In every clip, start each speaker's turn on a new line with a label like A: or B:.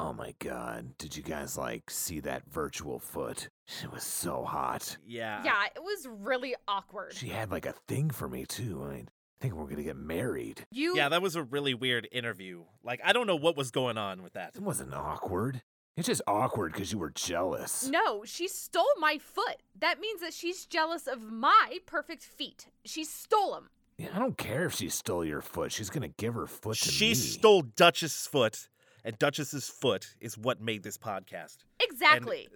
A: Oh my god, did you guys like see that virtual foot? It was so hot.
B: Yeah.
C: yeah, it was really awkward.
A: She had like a thing for me too. I think we're gonna get married.
C: You
B: Yeah, that was a really weird interview. Like, I don't know what was going on with that.
A: It wasn't awkward. It's just awkward because you were jealous.
C: No, she stole my foot. That means that she's jealous of my perfect feet. She stole them.
A: Yeah, I don't care if she stole your foot. She's gonna give her foot to
B: She
A: me.
B: stole Duchess's foot, and Duchess's foot is what made this podcast.
C: Exactly.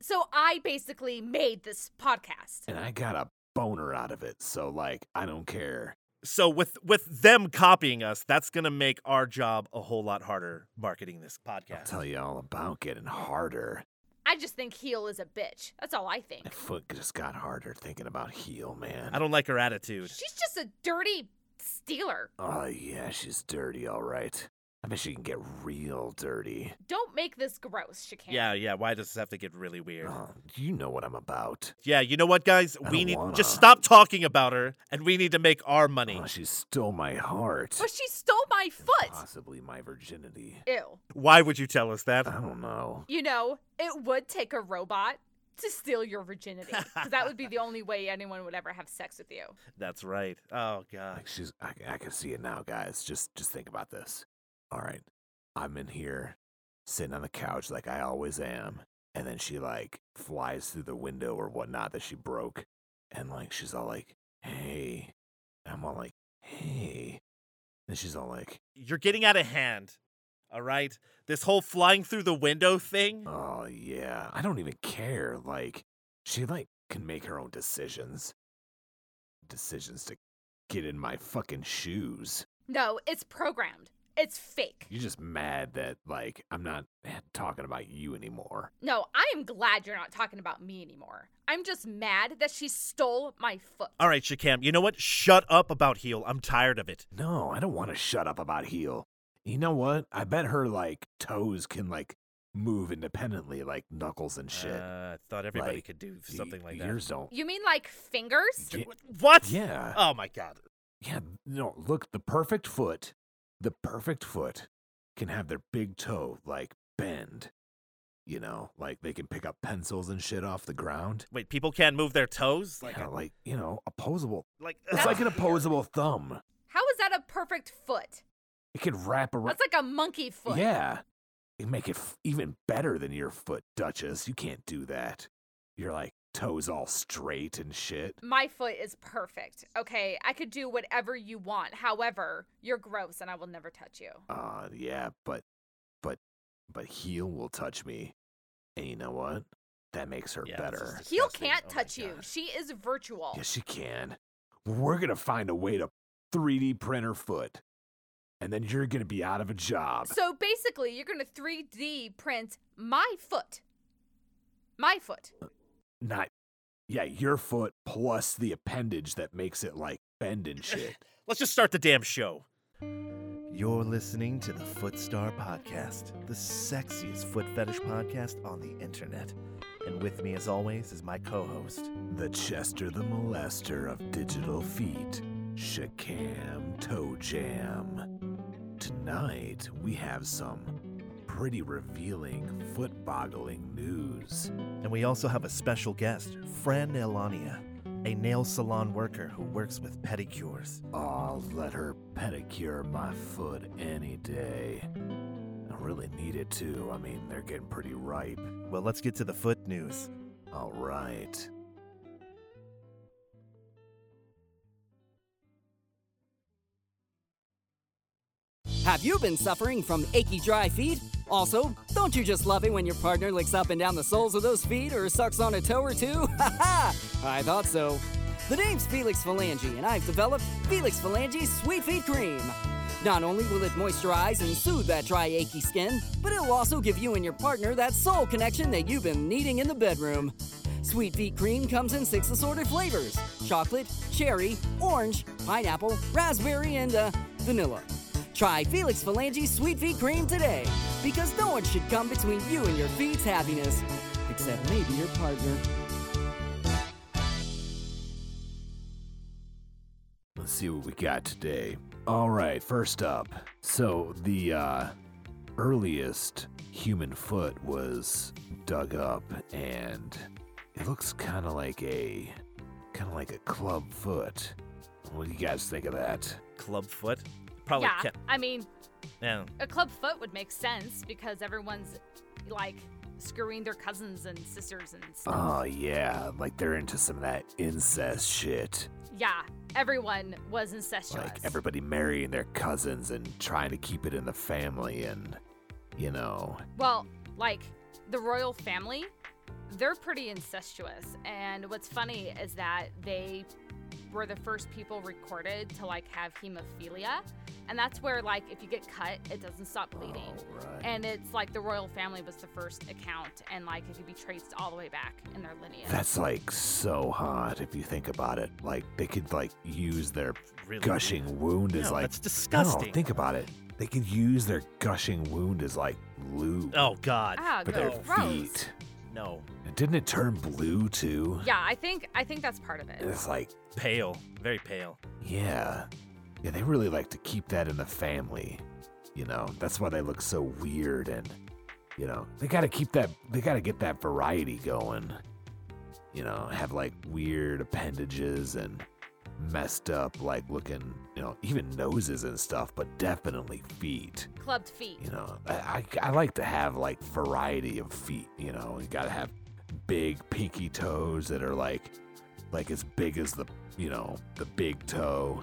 C: so I basically made this podcast.
A: and I got a boner out of it. So like, I don't care.
B: So with with them copying us, that's gonna make our job a whole lot harder marketing this
A: I'll
B: podcast.
A: tell you all about getting harder.
C: I just think heel is a bitch. That's all I think.
A: My foot just got harder thinking about heel, man.
B: I don't like her attitude.
C: She's just a dirty stealer.
A: Oh yeah, she's dirty, all right. I bet she can get real dirty.
C: Don't make this gross, Chicane.
B: Yeah, yeah. Why does this have to get really weird?
A: Oh, you know what I'm about.
B: Yeah, you know what, guys?
A: I
B: We
A: don't
B: need
A: wanna.
B: just stop talking about her, and we need to make our money.
A: Oh, she stole my heart.
C: But she stole my foot.
A: Possibly my virginity.
C: Ew.
B: Why would you tell us that?
A: I don't know.
C: You know, it would take a robot to steal your virginity. Because that would be the only way anyone would ever have sex with you.
B: That's right. Oh god.
A: Like she's, I, I can see it now, guys. Just, just think about this. All right, I'm in here, sitting on the couch like I always am, and then she like flies through the window or whatnot that she broke, and like she's all like, "Hey," and I'm all like, "Hey," and she's all like,
B: You're getting out of hand. All right? This whole flying through the window thing.
A: "Oh yeah, I don't even care." Like she like can make her own decisions, decisions to get in my fucking shoes.
C: No, it's programmed. It's fake.
A: You're just mad that like I'm not talking about you anymore.
C: No, I am glad you're not talking about me anymore. I'm just mad that she stole my foot.
B: All right, Shakam, you know what? Shut up about heel. I'm tired of it.
A: No, I don't want to shut up about heel. You know what? I bet her like toes can like move independently, like knuckles and shit.
B: Uh, I thought everybody
A: Like,
B: could do
A: Y-
B: something like that.
A: yours don't.
C: You mean like fingers?
A: Yeah.
B: What?
A: Yeah,
B: Oh my god.
A: yeah. No, look, the perfect foot, the perfect foot, can have their big toe like bend. You know, like they can pick up pencils and shit off the ground.
B: Wait, people can't move their toes? Like
A: Like, yeah, like you know, opposable.
B: like
A: It's
C: That's
A: like an
C: weird.
A: opposable thumb.
C: How is that a perfect foot?
A: It can wrap around.
C: That's like a monkey foot.
A: Yeah. You make it f- even better than your foot, Duchess. You can't do that. You're like toes all straight and shit.
C: My foot is perfect. Okay, I could do whatever you want. However, you're gross and I will never touch you.
A: Uh, yeah, but, but, but heel will touch me. And you know what? That makes her
B: Yeah, that's
A: better.
B: just-
C: Heel
B: Disgusting.
C: can't
B: Oh my
C: touch you.
B: God.
C: She is virtual.
A: Yes, she can. We're gonna find a way to 3D print her foot, and then you're gonna be out of a job.
C: So basically, you're going to 3D print my foot. My foot.
A: Not, yeah, your foot plus the appendage that makes it like bend and shit.
B: Let's just start the damn show. You're listening to the Footstar Podcast, the sexiest foot fetish podcast on the internet. And with me, as always, is my co host.
A: The Chester the Molester of Digital Feet, Shakam Toe Jam. Tonight, we have some pretty revealing, foot boggling news.
B: And we also have a special guest, Fran Nailania, a nail salon worker who works with pedicures.
A: I'll let her pedicure my foot any day. I really need it too. I mean, they're getting pretty ripe.
B: Well, let's get to the foot news.
A: All right.
D: Have you been suffering from achy dry feet? Also, don't you just love it when your partner licks up and down the soles of those feet or sucks on a toe or two? Ha ha! I thought so. The name's Felix Phalange, and I've developed Felix Phalange Sweet Feet Cream. Not only will it moisturize and soothe that dry, achy skin, but it'll also give you and your partner that soul connection that you've been needing in the bedroom. Sweet Feet Cream comes in six assorted flavors chocolate, cherry, orange, pineapple, raspberry, and uh, vanilla. Try Felix Phalangi's Sweet Feet Cream today because no one should come between you and your feet's happiness, except maybe your partner.
A: Let's see what we got today. All right, first up. So the uh earliest human foot was dug up and it looks kind of like a kind of like a club foot. What do you guys think of that?
B: Clubfoot. Probably
C: yeah,
B: kept. eh,
C: I mean,
B: Yeah.
C: a club foot would make sense because everyone's like screwing their cousins and sisters and stuff.
A: Oh yeah, like they're into some of that incest shit.
C: yeah, everyone was incestuous.
A: Like everybody marrying their cousins and trying to keep it in the family and you know,
C: Well, like the royal family, they're pretty incestuous. And what's funny is that they were the first people recorded to like have hemophilia. And that's where like if you get cut, it doesn't stop bleeding.
A: Oh, right.
C: And it's like the royal family was the first account and like it could be traced all the way back in their lineage.
A: That's like so hot if you think about it. Like they could like use their
B: Really
A: gushing wound
B: No,
A: as like
B: that's disgusting.
A: No, think about it. They could use their gushing wound as like lube
B: Oh God.
C: Ah,
A: for their
B: no.
C: gross.
A: feet.
B: No.
A: And didn't it turn blue too?
C: Yeah, I think I think that's part of
A: And
C: it.
A: it's like,
B: Pale. Very pale.
A: yeah. Yeah, they really like to keep that in the family. You know, that's why they look so weird and you know, they gotta keep that they gotta get that variety going. You know, have like weird appendages and messed up like looking you know, even noses and stuff, but definitely feet.
C: Clubbed feet.
A: you know I, I, I like to have like variety of feet you know you gotta have big pinky toes that are like like as big as the you know the big toe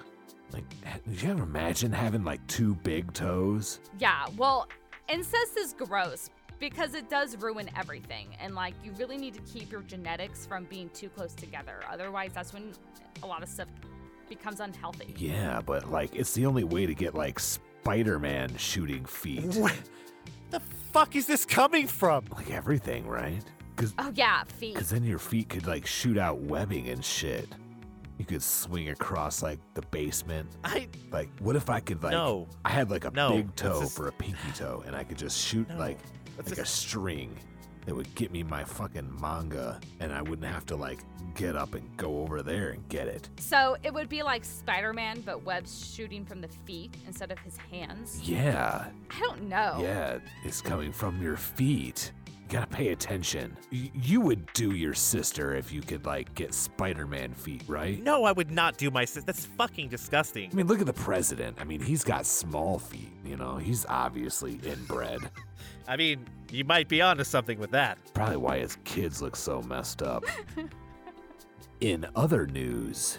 A: like h- did you ever imagine having like two big toes
C: Yeah, well, incest is gross because it does ruin everything. And like, you really need to keep your genetics from being too close together. Otherwise, that's when a lot of stuff becomes unhealthy.
A: yeah but like it's the only way to get like spider-man shooting feet
B: Where the fuck is this coming from?
A: like everything right because
C: Oh, yeah, feet.
A: Because then your feet could like shoot out webbing and shit. You could swing across like the basement.
B: I
A: Like, what if I could like?
B: No.
A: I had like a
B: No,
A: big
B: this
A: toe
B: is-
A: for a pinky toe, and I could just shoot
B: No,
A: like
B: that's
A: like
B: a-
A: a string that would get me my fucking manga, and I wouldn't have to like get up and go over there and get it.
C: So it would be like Spider Man, but webs shooting from the feet instead of his hands.
A: Yeah,
C: I don't know.
A: yeah, it's coming from your feet. You gotta pay attention. Y- you would do your sister if you could like get Spider-Man feet, right?
B: no, I would not do my sis. That's fucking
A: I
B: disgusting.
A: mean, look at the president. I mean, he's got small feet. You know, he's obviously inbred.
B: I mean, you might be onto something with that.
A: Probably why his kids look so messed up. In other news,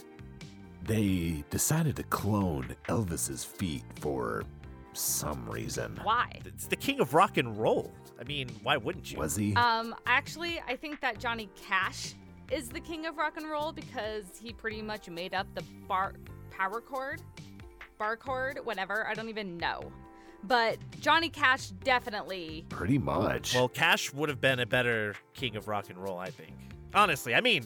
A: they decided to clone Elvis's feet for some reason.
C: Why?
B: It's the king of rock and roll. I mean, why wouldn't you?
A: Was he?
C: Um, actually, I think that Johnny Cash is the king of rock and roll because he pretty much made up the bar power chord, bar chord, whatever. I don't even know. But Johnny Cash definitely.
A: Pretty much.
B: Well, Cash would have been a better king of rock and roll, I think. Honestly, I mean,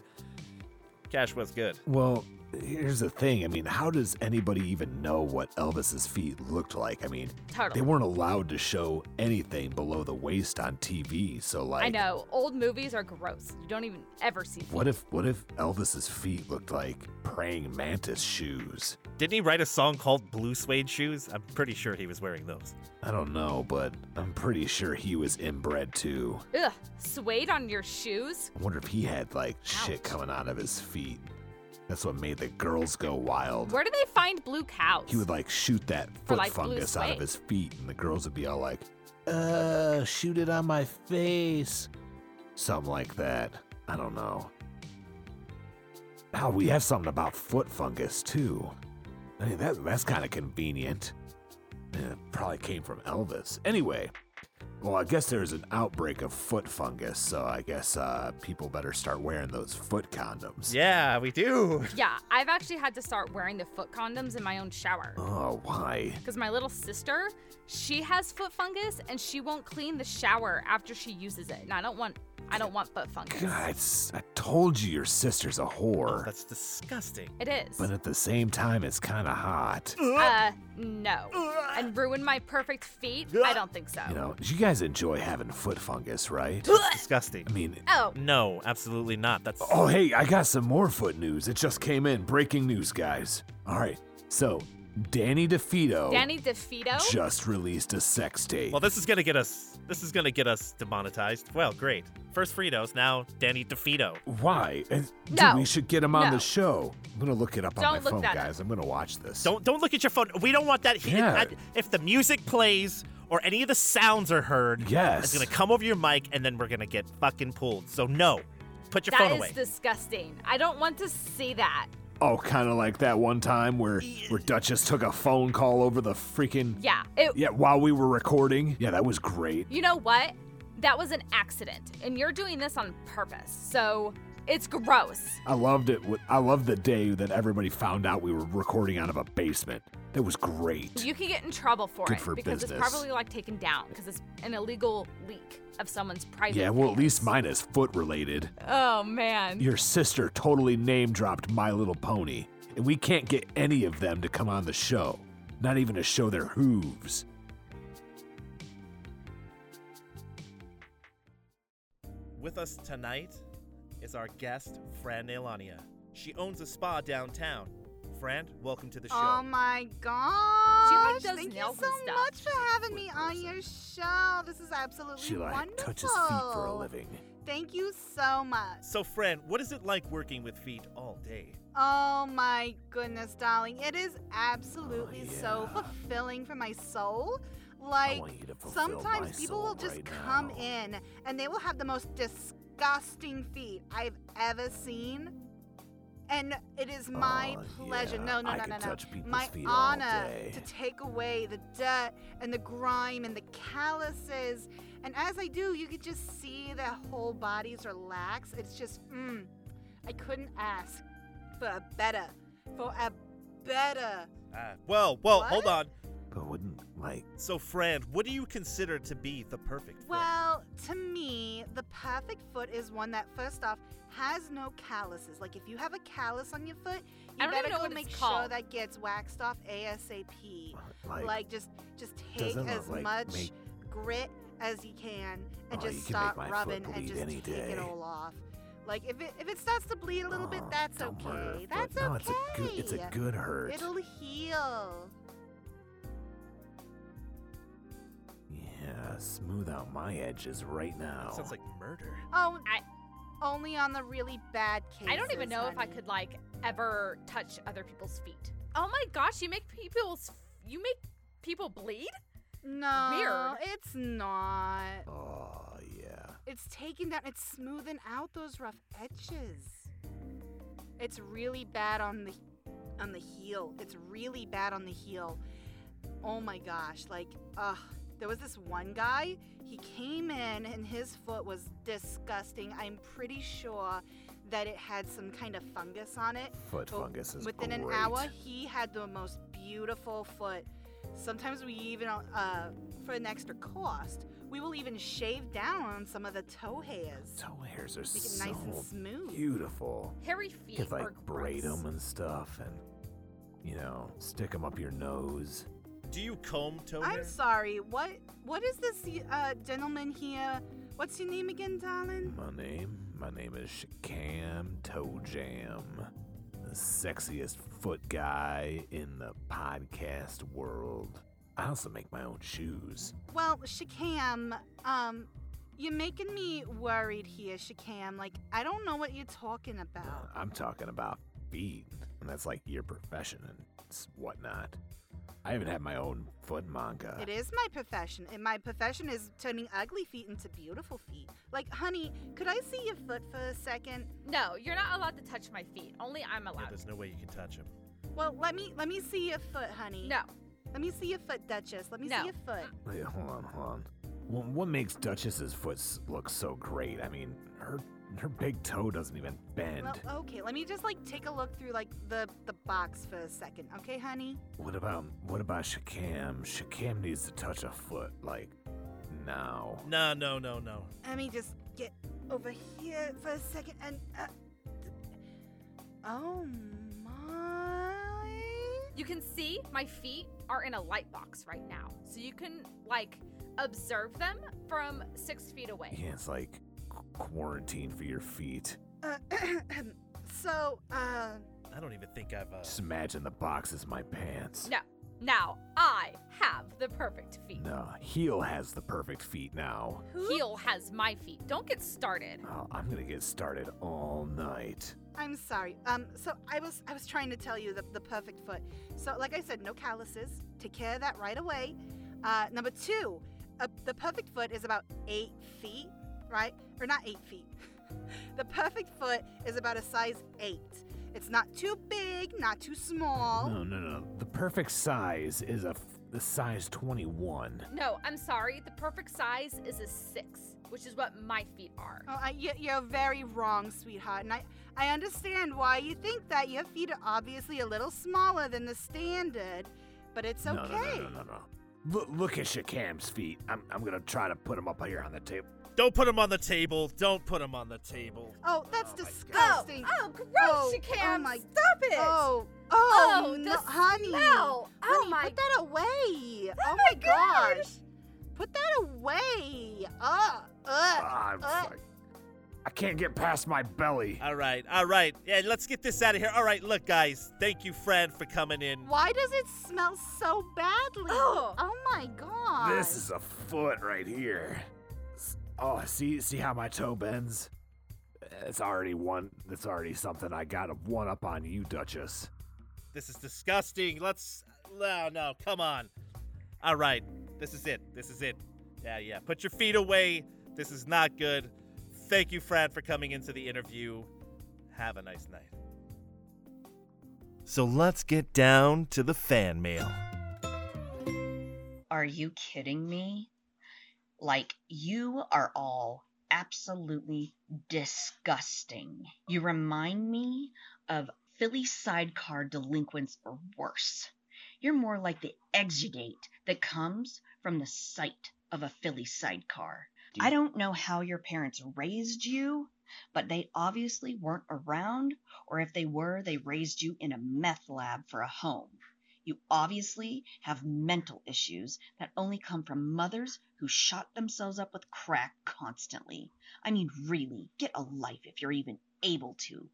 B: Cash was good.
A: Well, here's the thing. I mean, how does anybody even know what Elvis's feet looked like? I mean,
C: Totally.
A: they weren't allowed to show anything below the waist on TV. So, like,
C: I know old movies are gross. You don't even ever see.
A: What if what if Elvis's feet looked like praying mantis shoes?
B: Didn't he write a song called Blue Suede Shoes? I'm pretty sure he was wearing those.
A: I don't know, but I'm pretty sure he was inbred too.
C: Ugh, suede on your shoes.
A: I wonder if he had like shit
C: Ouch.
A: coming out of his feet. That's what made the girls go wild.
C: Where do they find blue cows?
A: He would like shoot that
C: For,
A: foot
C: like, blue
A: fungus out of
C: suede.
A: his feet, and the girls would be all like, "Uh, shoot it on my face," something like that. I don't know. Oh, we have something about foot fungus too. I mean, that that's kind of convenient. Eh, probably came from Elvis. Anyway, well, I guess there's an outbreak of foot fungus, so I guess uh, people better start wearing those foot condoms.
B: Yeah, we do.
C: yeah, I've actually had to start wearing the foot condoms in my own shower.
A: Oh, why?
C: because my little sister, she has foot fungus and she won't clean the shower after she uses it. And I don't want I don't want foot fungus.
A: God, it's- I told you your sister's a whore.
B: That's disgusting.
C: It is.
A: but at the same time, it's kind of hot. You
C: Uh no. And ruin my perfect feet? I don't think so.
A: know, you guys enjoy having foot fungus, right?
B: Disgusting.
A: I mean,
C: Oh,
B: No, absolutely not. That's
A: oh, hey, I got some more foot news. It just came in. Breaking news, guys. All right, so Danny DeFito
C: Danny DeFito?
A: just released a sex tape.
B: Well, this is gonna get us. This is gonna get us demonetized. Well, great. First Fritos, now Danny DeFito.
A: Why? And- dude,
C: No.
A: we should get him on
C: No.
A: the show. I'm gonna look it up
C: Don't
A: on my
C: look
A: phone,
C: that up.
A: guys. I'm gonna watch this.
B: Don't don't look at your phone. We don't want that. he-
A: Yeah.
B: I- if the music plays or any of the sounds are heard, it's
A: Yes.
B: gonna come over your mic, and then we're gonna get fucking pulled. So no, put your
C: That
B: phone
C: is
B: away.
C: disgusting. I don't want to see that.
A: Oh, kind of like that one time where where Duchess took a phone call over the freaking
C: Yeah. It,
A: yeah while we were recording. Yeah, that was great.
C: You know what? That was an accident, and you're doing this on purpose. So it's gross.
A: I loved it. wi- I loved the day that everybody found out we were recording out of a basement. That was great.
C: You can get in trouble for
A: Good
C: it
A: for
C: because it's
A: business.
C: probably like taken down because it's an illegal leak of someone's private.
A: yeah, well, at least
C: affairs.
A: mine is foot related.
C: Oh man.
A: Your sister totally name dropped My Little Pony, and we can't get any of them to come on the show. Not even to show their hooves.
B: With us tonight is our guest, Fran Nailania. She owns a spa downtown. Fran, welcome to the show.
E: Oh my gosh!
C: does
E: Thank you so
C: nails and stuff.
E: much for having me on your show. This is absolutely
A: She like
E: wonderful.
A: touches feet for a living.
E: Thank you so much.
B: so, Fran, what is it like working with feet all day?
E: Oh my goodness, darling. It is absolutely so
A: Oh, yeah.
E: fulfilling for my soul.
A: I
E: Like
A: want you to fulfill my
E: sometimes people
A: soul
E: will just
A: right
E: come
A: now.
E: in and they will have the most disgusting feet I've ever seen. And it is my
A: Oh,
E: pleasure.
A: yeah.
E: No, no,
A: I
E: no,
A: could
E: no, no.
A: touch people's
E: my
A: feet all
E: honor
A: day.
E: to take away the dirt and the grime and the calluses. And as I do, you could just see their whole bodies relax. It's just, mm, I couldn't ask for a better, for a better.
B: Ah, well, well, hold on.
E: What?
A: But wouldn't like
B: So, Fran, what do you consider to be the perfect foot?
E: Well, to me, the perfect foot is one that, first off, has no calluses. Like if you have a callus on your foot, you
C: I don't even
E: better
C: know
E: go
C: what
E: make
C: it's
E: sure
C: called.
E: that gets waxed off ASAP.
A: like,
E: Like, just, just take
A: doesn't it,
E: as
A: like,
E: much
A: make-
E: grit as you can, and
A: Oh, you
E: just
A: can make
E: start
A: my foot
E: rubbing and
A: bleed
E: just
A: any
E: take
A: day.
E: it all off. Like if it if it starts to bleed a little bit,
A: "Oh,
E: that's
A: don't hurt her
E: okay.
A: foot."
E: That's
A: no, It's
E: okay.
A: a good, it's a good hurt.
E: It'll heal.
A: Yeah, smooth out my edges right now.
B: That sounds like murder.
E: Oh,
C: I-
E: only on the really bad cases.
C: I don't even know if I
E: honey.
C: could like ever touch other people's feet. Oh my gosh, you make people's you make people bleed?
E: No, it's not.
A: Oh yeah.
E: It's taking down. It's smoothing out those rough edges. It's really bad on the on the heel. It's really bad on the heel. Oh my gosh! Like, ugh. There was this one guy. He came in and his foot was disgusting. I'm pretty sure that it had some kind of fungus on it.
A: Foot
E: But
A: fungus is
E: within an
A: great.
E: hour he had the most beautiful foot sometimes we even uh, for an extra cost we will even shave down on some of the toe hairs
A: Toe hairs are
E: make it
A: so
E: nice and smooth
A: beautiful.
C: Hairy
A: You
C: feet
A: could
C: are
A: like braid
C: gross.
A: them and stuff, and you know, stick them up your nose.
B: Do you comb toe hair?
E: i'm sorry what what is this uh, gentleman here what's your name again darling
A: My name, my name is Shakam Toe Jam, the sexiest foot guy in the podcast world. I also make my own shoes.
E: well shakam um you're making me worried here shakam like i don't know what you're talking about
A: Uh, I'm talking about feet, and that's like your profession and s- whatnot. I even have my own foot manga.
E: It is my profession, and my profession is turning ugly feet into beautiful feet. Like, honey, could I see your foot for a second?
C: No, you're not allowed to touch my feet. Only I'm
B: Yeah,
C: allowed.
B: there's no way you can touch him.
E: Well, let me let me see your foot, honey.
C: No.
E: Let me see your foot, Duchess. Let me
C: No.
E: see your foot.
A: Wait, hold on, hold on. What, what makes Duchess's foot s- look so great? I mean, her her big toe doesn't even bend.
E: Well, okay. Let me just like take a look through like the the box for a second, okay, honey?
A: What about what about Shakam? Shakam needs to touch a foot, like now.
B: No, no, no, no.
E: Let me just get over here for a second and. Uh, th- oh my!
C: You can see my feet are in a light box right now. So you can like observe them from six feet away.
A: Yeah, it's like qu- quarantine for your feet.
E: Uh, so, uh,
B: I don't even think I've. Uh,
A: Just imagine the box is my pants.
C: No. Now I have the perfect feet.
A: No, heel has the perfect feet now.
C: Heel has my feet. Don't get started.
A: Oh, I'm gonna get started all night.
E: I'm sorry. Um, so I was I was trying to tell you the, the perfect foot. So like I said, no calluses. Take care of that right away. Uh, number two, uh, the perfect foot is about eight feet, right? Or not eight feet. the perfect foot is about a size eight. It's not too big, not too small.
A: No, no, no. The perfect size is a f- the size 21.
C: No, I'm sorry. The perfect size is a six, which is what my feet are.
E: Oh, I, you, you're very wrong, sweetheart. And I, I understand why you think that. Your feet are obviously a little smaller than the standard, but it's okay.
A: No, no, no, no, no, no. Look, look at Shakam's feet. I'm, I'm gonna try to put them up here on the table.
B: don't put him on the table. Don't put him on the table.
E: Oh, that's
B: my God.
C: Oh,
E: disgusting.
C: oh, gross,
E: Oh,
C: Shakam.
E: oh my-
C: Stop it.
E: Oh, oh,
C: Oh,
E: no,
C: the
E: honey.
C: smell. Oh
E: honey,
C: my-
E: put that away. Oh,
C: my
E: my gosh. Put that away. Uh, uh.
A: Ah, I'm
E: Uh.
A: fuck- I can't get past my belly.
B: All right, all right. Yeah, let's get this out of here. All right, look, guys. Thank you, Fran, for coming in.
E: Why does it smell so badly?
C: Oh.
E: my gosh.
A: This is a foot right here. S- Oh, see, see how my toe bends? It's already one. It's already something I got a one up on you, Duchess.
B: This is disgusting. Let's. No, no, come on. All right, this is it. This is it. Yeah, yeah. Put your feet away. This is not good. Thank you, Fran, for coming into the interview. Have a nice night. So let's get down to the fan mail.
F: Are you kidding me? Like, you are all absolutely disgusting. You remind me of Philly sidecar delinquents or worse. You're more like the exudate that comes from the sight of a Philly sidecar. I don't know how your parents raised you, but they obviously weren't around, or if they were, they raised you in a meth lab for a home. You obviously have mental issues that only come from mothers who shot themselves up with crack constantly. I mean, really, get a life if you're even able to.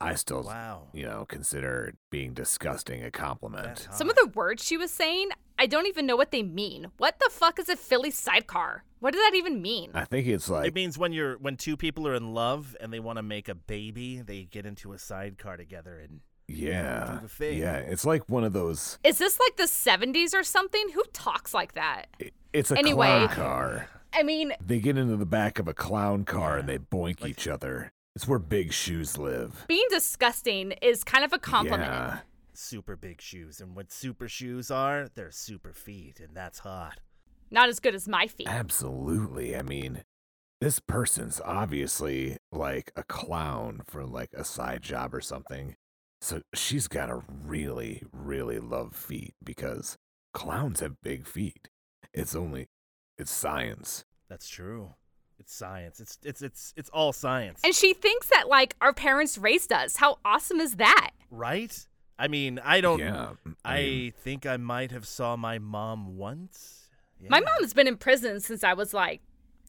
A: I still,
B: Wow.
A: you know, consider being disgusting a compliment.
B: That's
C: Some of
B: hot.
C: the words she was saying, I don't even know what they mean. What the fuck is a Philly sidecar? What does that even mean?
A: I think it's like
B: It means when you're when two people are in love and they want to make a baby, they get into a sidecar together and
A: Yeah.
B: do the thing.
A: Yeah, it's like one of those.
C: Is this like the 70s or something? Who talks like that?
A: i- It's a
C: Anyway.
A: clown car.
C: I mean,
A: They get into the back of a clown car and they boink
B: Like-
A: each other. It's where big shoes live.
C: being disgusting is kind of a compliment.
A: Yeah.
B: super big shoes. And what super shoes are, they're super feet, and that's hot.
C: Not as good as my feet.
A: Absolutely. I mean, this person's obviously like a clown for like a side job or something. So she's got to really, really love feet because clowns have big feet. It's only, it's science.
B: That's true. It's science. It's it's it's it's all science.
C: And she thinks that like our parents raised us. How awesome is that?
B: right? I mean, I don't
A: Yeah.
B: I
A: mean,
B: think I might have saw my mom once.
C: My
B: Yeah.
C: mom's been in prison since I was like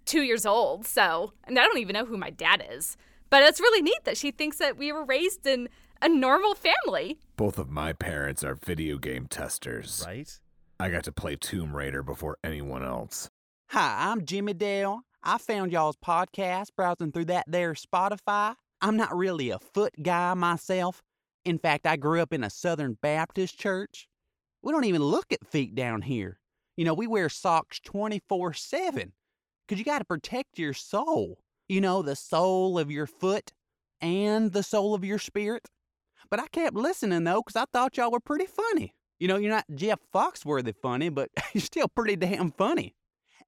C: two years old, so and I don't even know who my dad is. But it's really neat that she thinks that we were raised in a normal family.
A: Both of my parents are video game testers.
B: right?
A: I got to play Tomb Raider before anyone else.
G: Hi, I'm Jimmy Dale. I found y'all's podcast browsing through that there Spotify. I'm not really a foot guy myself. In fact, I grew up in a Southern Baptist church. We don't even look at feet down here. You know, we wear socks 24 7 because you got to protect your soul. You know, the soul of your foot and the soul of your spirit. But I kept listening though because I thought y'all were pretty funny. You know, you're not Jeff Foxworthy funny, but you're still pretty damn funny.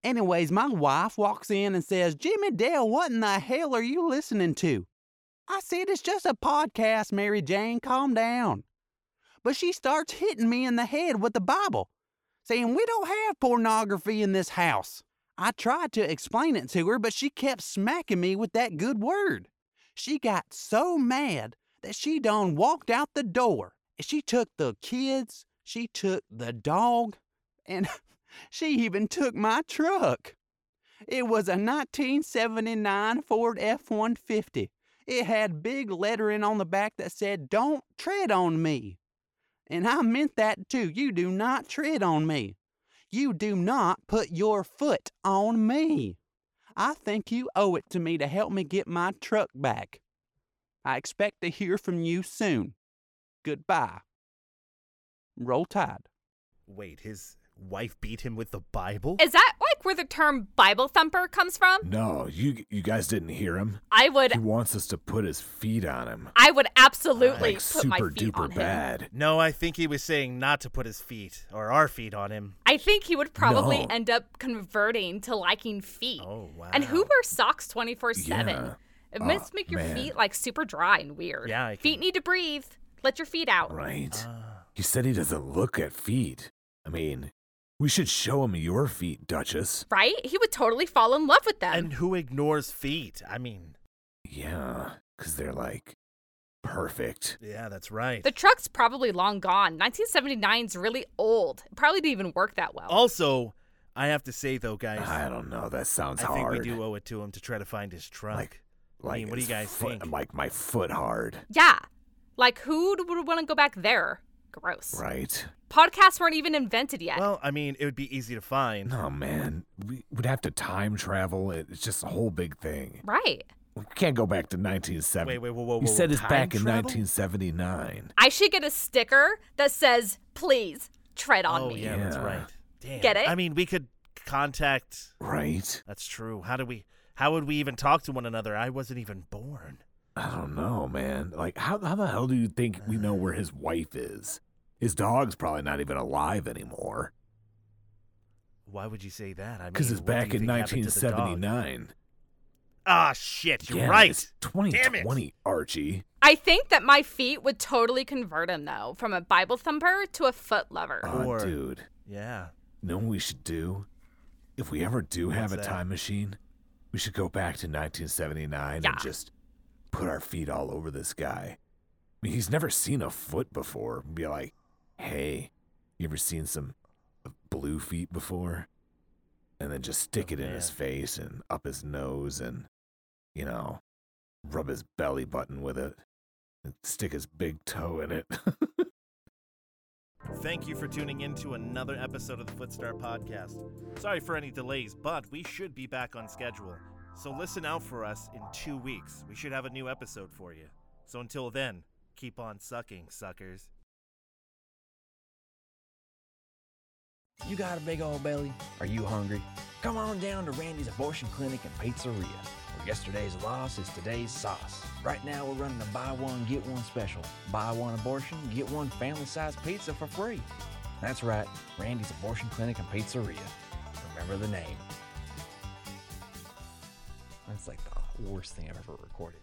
G: Anyways, my wife walks in and says, Jimmy Dale, what in the hell are you listening to? I said, It's just a podcast, Mary Jane, calm down. But she starts hitting me in the head with the Bible, saying, We don't have pornography in this house. I tried to explain it to her, but she kept smacking me with that good word. She got so mad that she done walked out the door. She took the kids, she took the dog, and she even took my truck. It was a 1979 Ford F 150, It had big lettering on the back that said, Don't tread on me. And I meant that too. You do not tread on me. You do not put your foot on me. I think you owe it to me to help me get my truck back. I expect to hear from you soon. Goodbye. Roll Tide.
B: Wait, his wife beat him with the Bible?
C: Is that like where the term Bible thumper comes from?
A: No, you you guys didn't hear him.
C: I would
A: He wants us to put his feet on him.
C: I would absolutely
A: Like
C: put my
A: super
C: feet on
A: duper
C: him.
A: bad.
B: No, I think he was saying not to put his feet or our feet on him.
C: I think he would probably
A: No.
C: end up converting to liking feet.
B: Oh, wow.
C: And who wears socks 24
A: Yeah.
C: 7? It
A: Oh,
C: must make your
A: man.
C: feet like super dry and weird.
B: Yeah, I
C: Feet
B: can-
C: need to breathe. Let your feet out.
A: Right?
B: Ah.
A: He said he doesn't look at feet. I mean, we should show him your feet, Duchess.
C: Right? He would totally fall in love with them.
B: and who ignores feet? I mean,
A: Yeah, because they're like perfect.
B: yeah, that's right.
C: the truck's probably long gone. 1979's really old. It probably didn't even work that well.
B: Oh. also, I have to say though, guys,
A: I don't know. Ah, That sounds
B: I think
A: hard.
B: we do owe it to him to try to find his truck.
A: Like-
B: I mean, what do you
A: it's
B: guys
A: foot-
B: think?
A: Like my foot hard,
C: yeah. Like, who d- would want to go back there? Gross.
A: right?
C: Podcasts weren't even invented yet.
B: well, I mean, it would be easy to find.
A: No, oh, man. We would have to time travel. It- It's just a whole big thing.
C: right.
A: We can't go back to 1970.
B: Wait, wait, whoa, whoa,
A: You
B: whoa,
A: said
B: whoa,
A: it's
B: time
A: back in
B: travel?
A: 1979.
C: I should get a sticker that says, please tread on
B: oh
C: me.
B: yeah, that's
A: Yeah.
B: right. Damn.
C: Get it?
B: I mean, we could contact.
A: Right?
B: That's true. How do we? How would we even talk to one another? I wasn't even born.
A: I don't know, man. Like, how, how the hell do you think we know where his wife is? His dog's probably not even alive anymore
B: Why would you say that? I mean,
A: because it's
B: what do
A: back
B: you
A: in
B: think happened to the dog?
A: 1979.
B: Ah, shit! You're
A: Yeah,
B: right.
A: It's
B: Damn it.
A: 2020, Archie.
C: I think that my feet would totally convert him though, from a Bible thumper to a foot lover.
A: Aw,
B: Or-
A: dude.
B: Yeah.
A: You know what we should do? If we ever do have
B: What's
A: a
B: that?
A: time machine, we should go back to 1979
C: Yeah.
A: and just put our feet all over this guy. I mean, he's never seen a foot before. Be like, hey, you ever seen some uh, blue feet before? And then just stick
B: Oh,
A: it in his
B: man.
A: face and up his nose and, you know, rub his belly button with it and stick his big toe in it.
B: Thank you for tuning in to another episode of the Footstar Podcast. Sorry for any delays, but we should be back on schedule. So listen out for us in two weeks. We should have a new episode for you. So until then, keep on sucking, suckers.
H: You got a big old belly? Are you hungry? Come on down to Randy's Abortion Clinic and Pizzeria, where yesterday's loss is today's sauce. Right now, we're running a buy one, get one special. Buy one abortion, get one family sized pizza for free. That's right, Randy's Abortion Clinic and Pizzeria. Remember the name. That's like the worst thing I've ever recorded.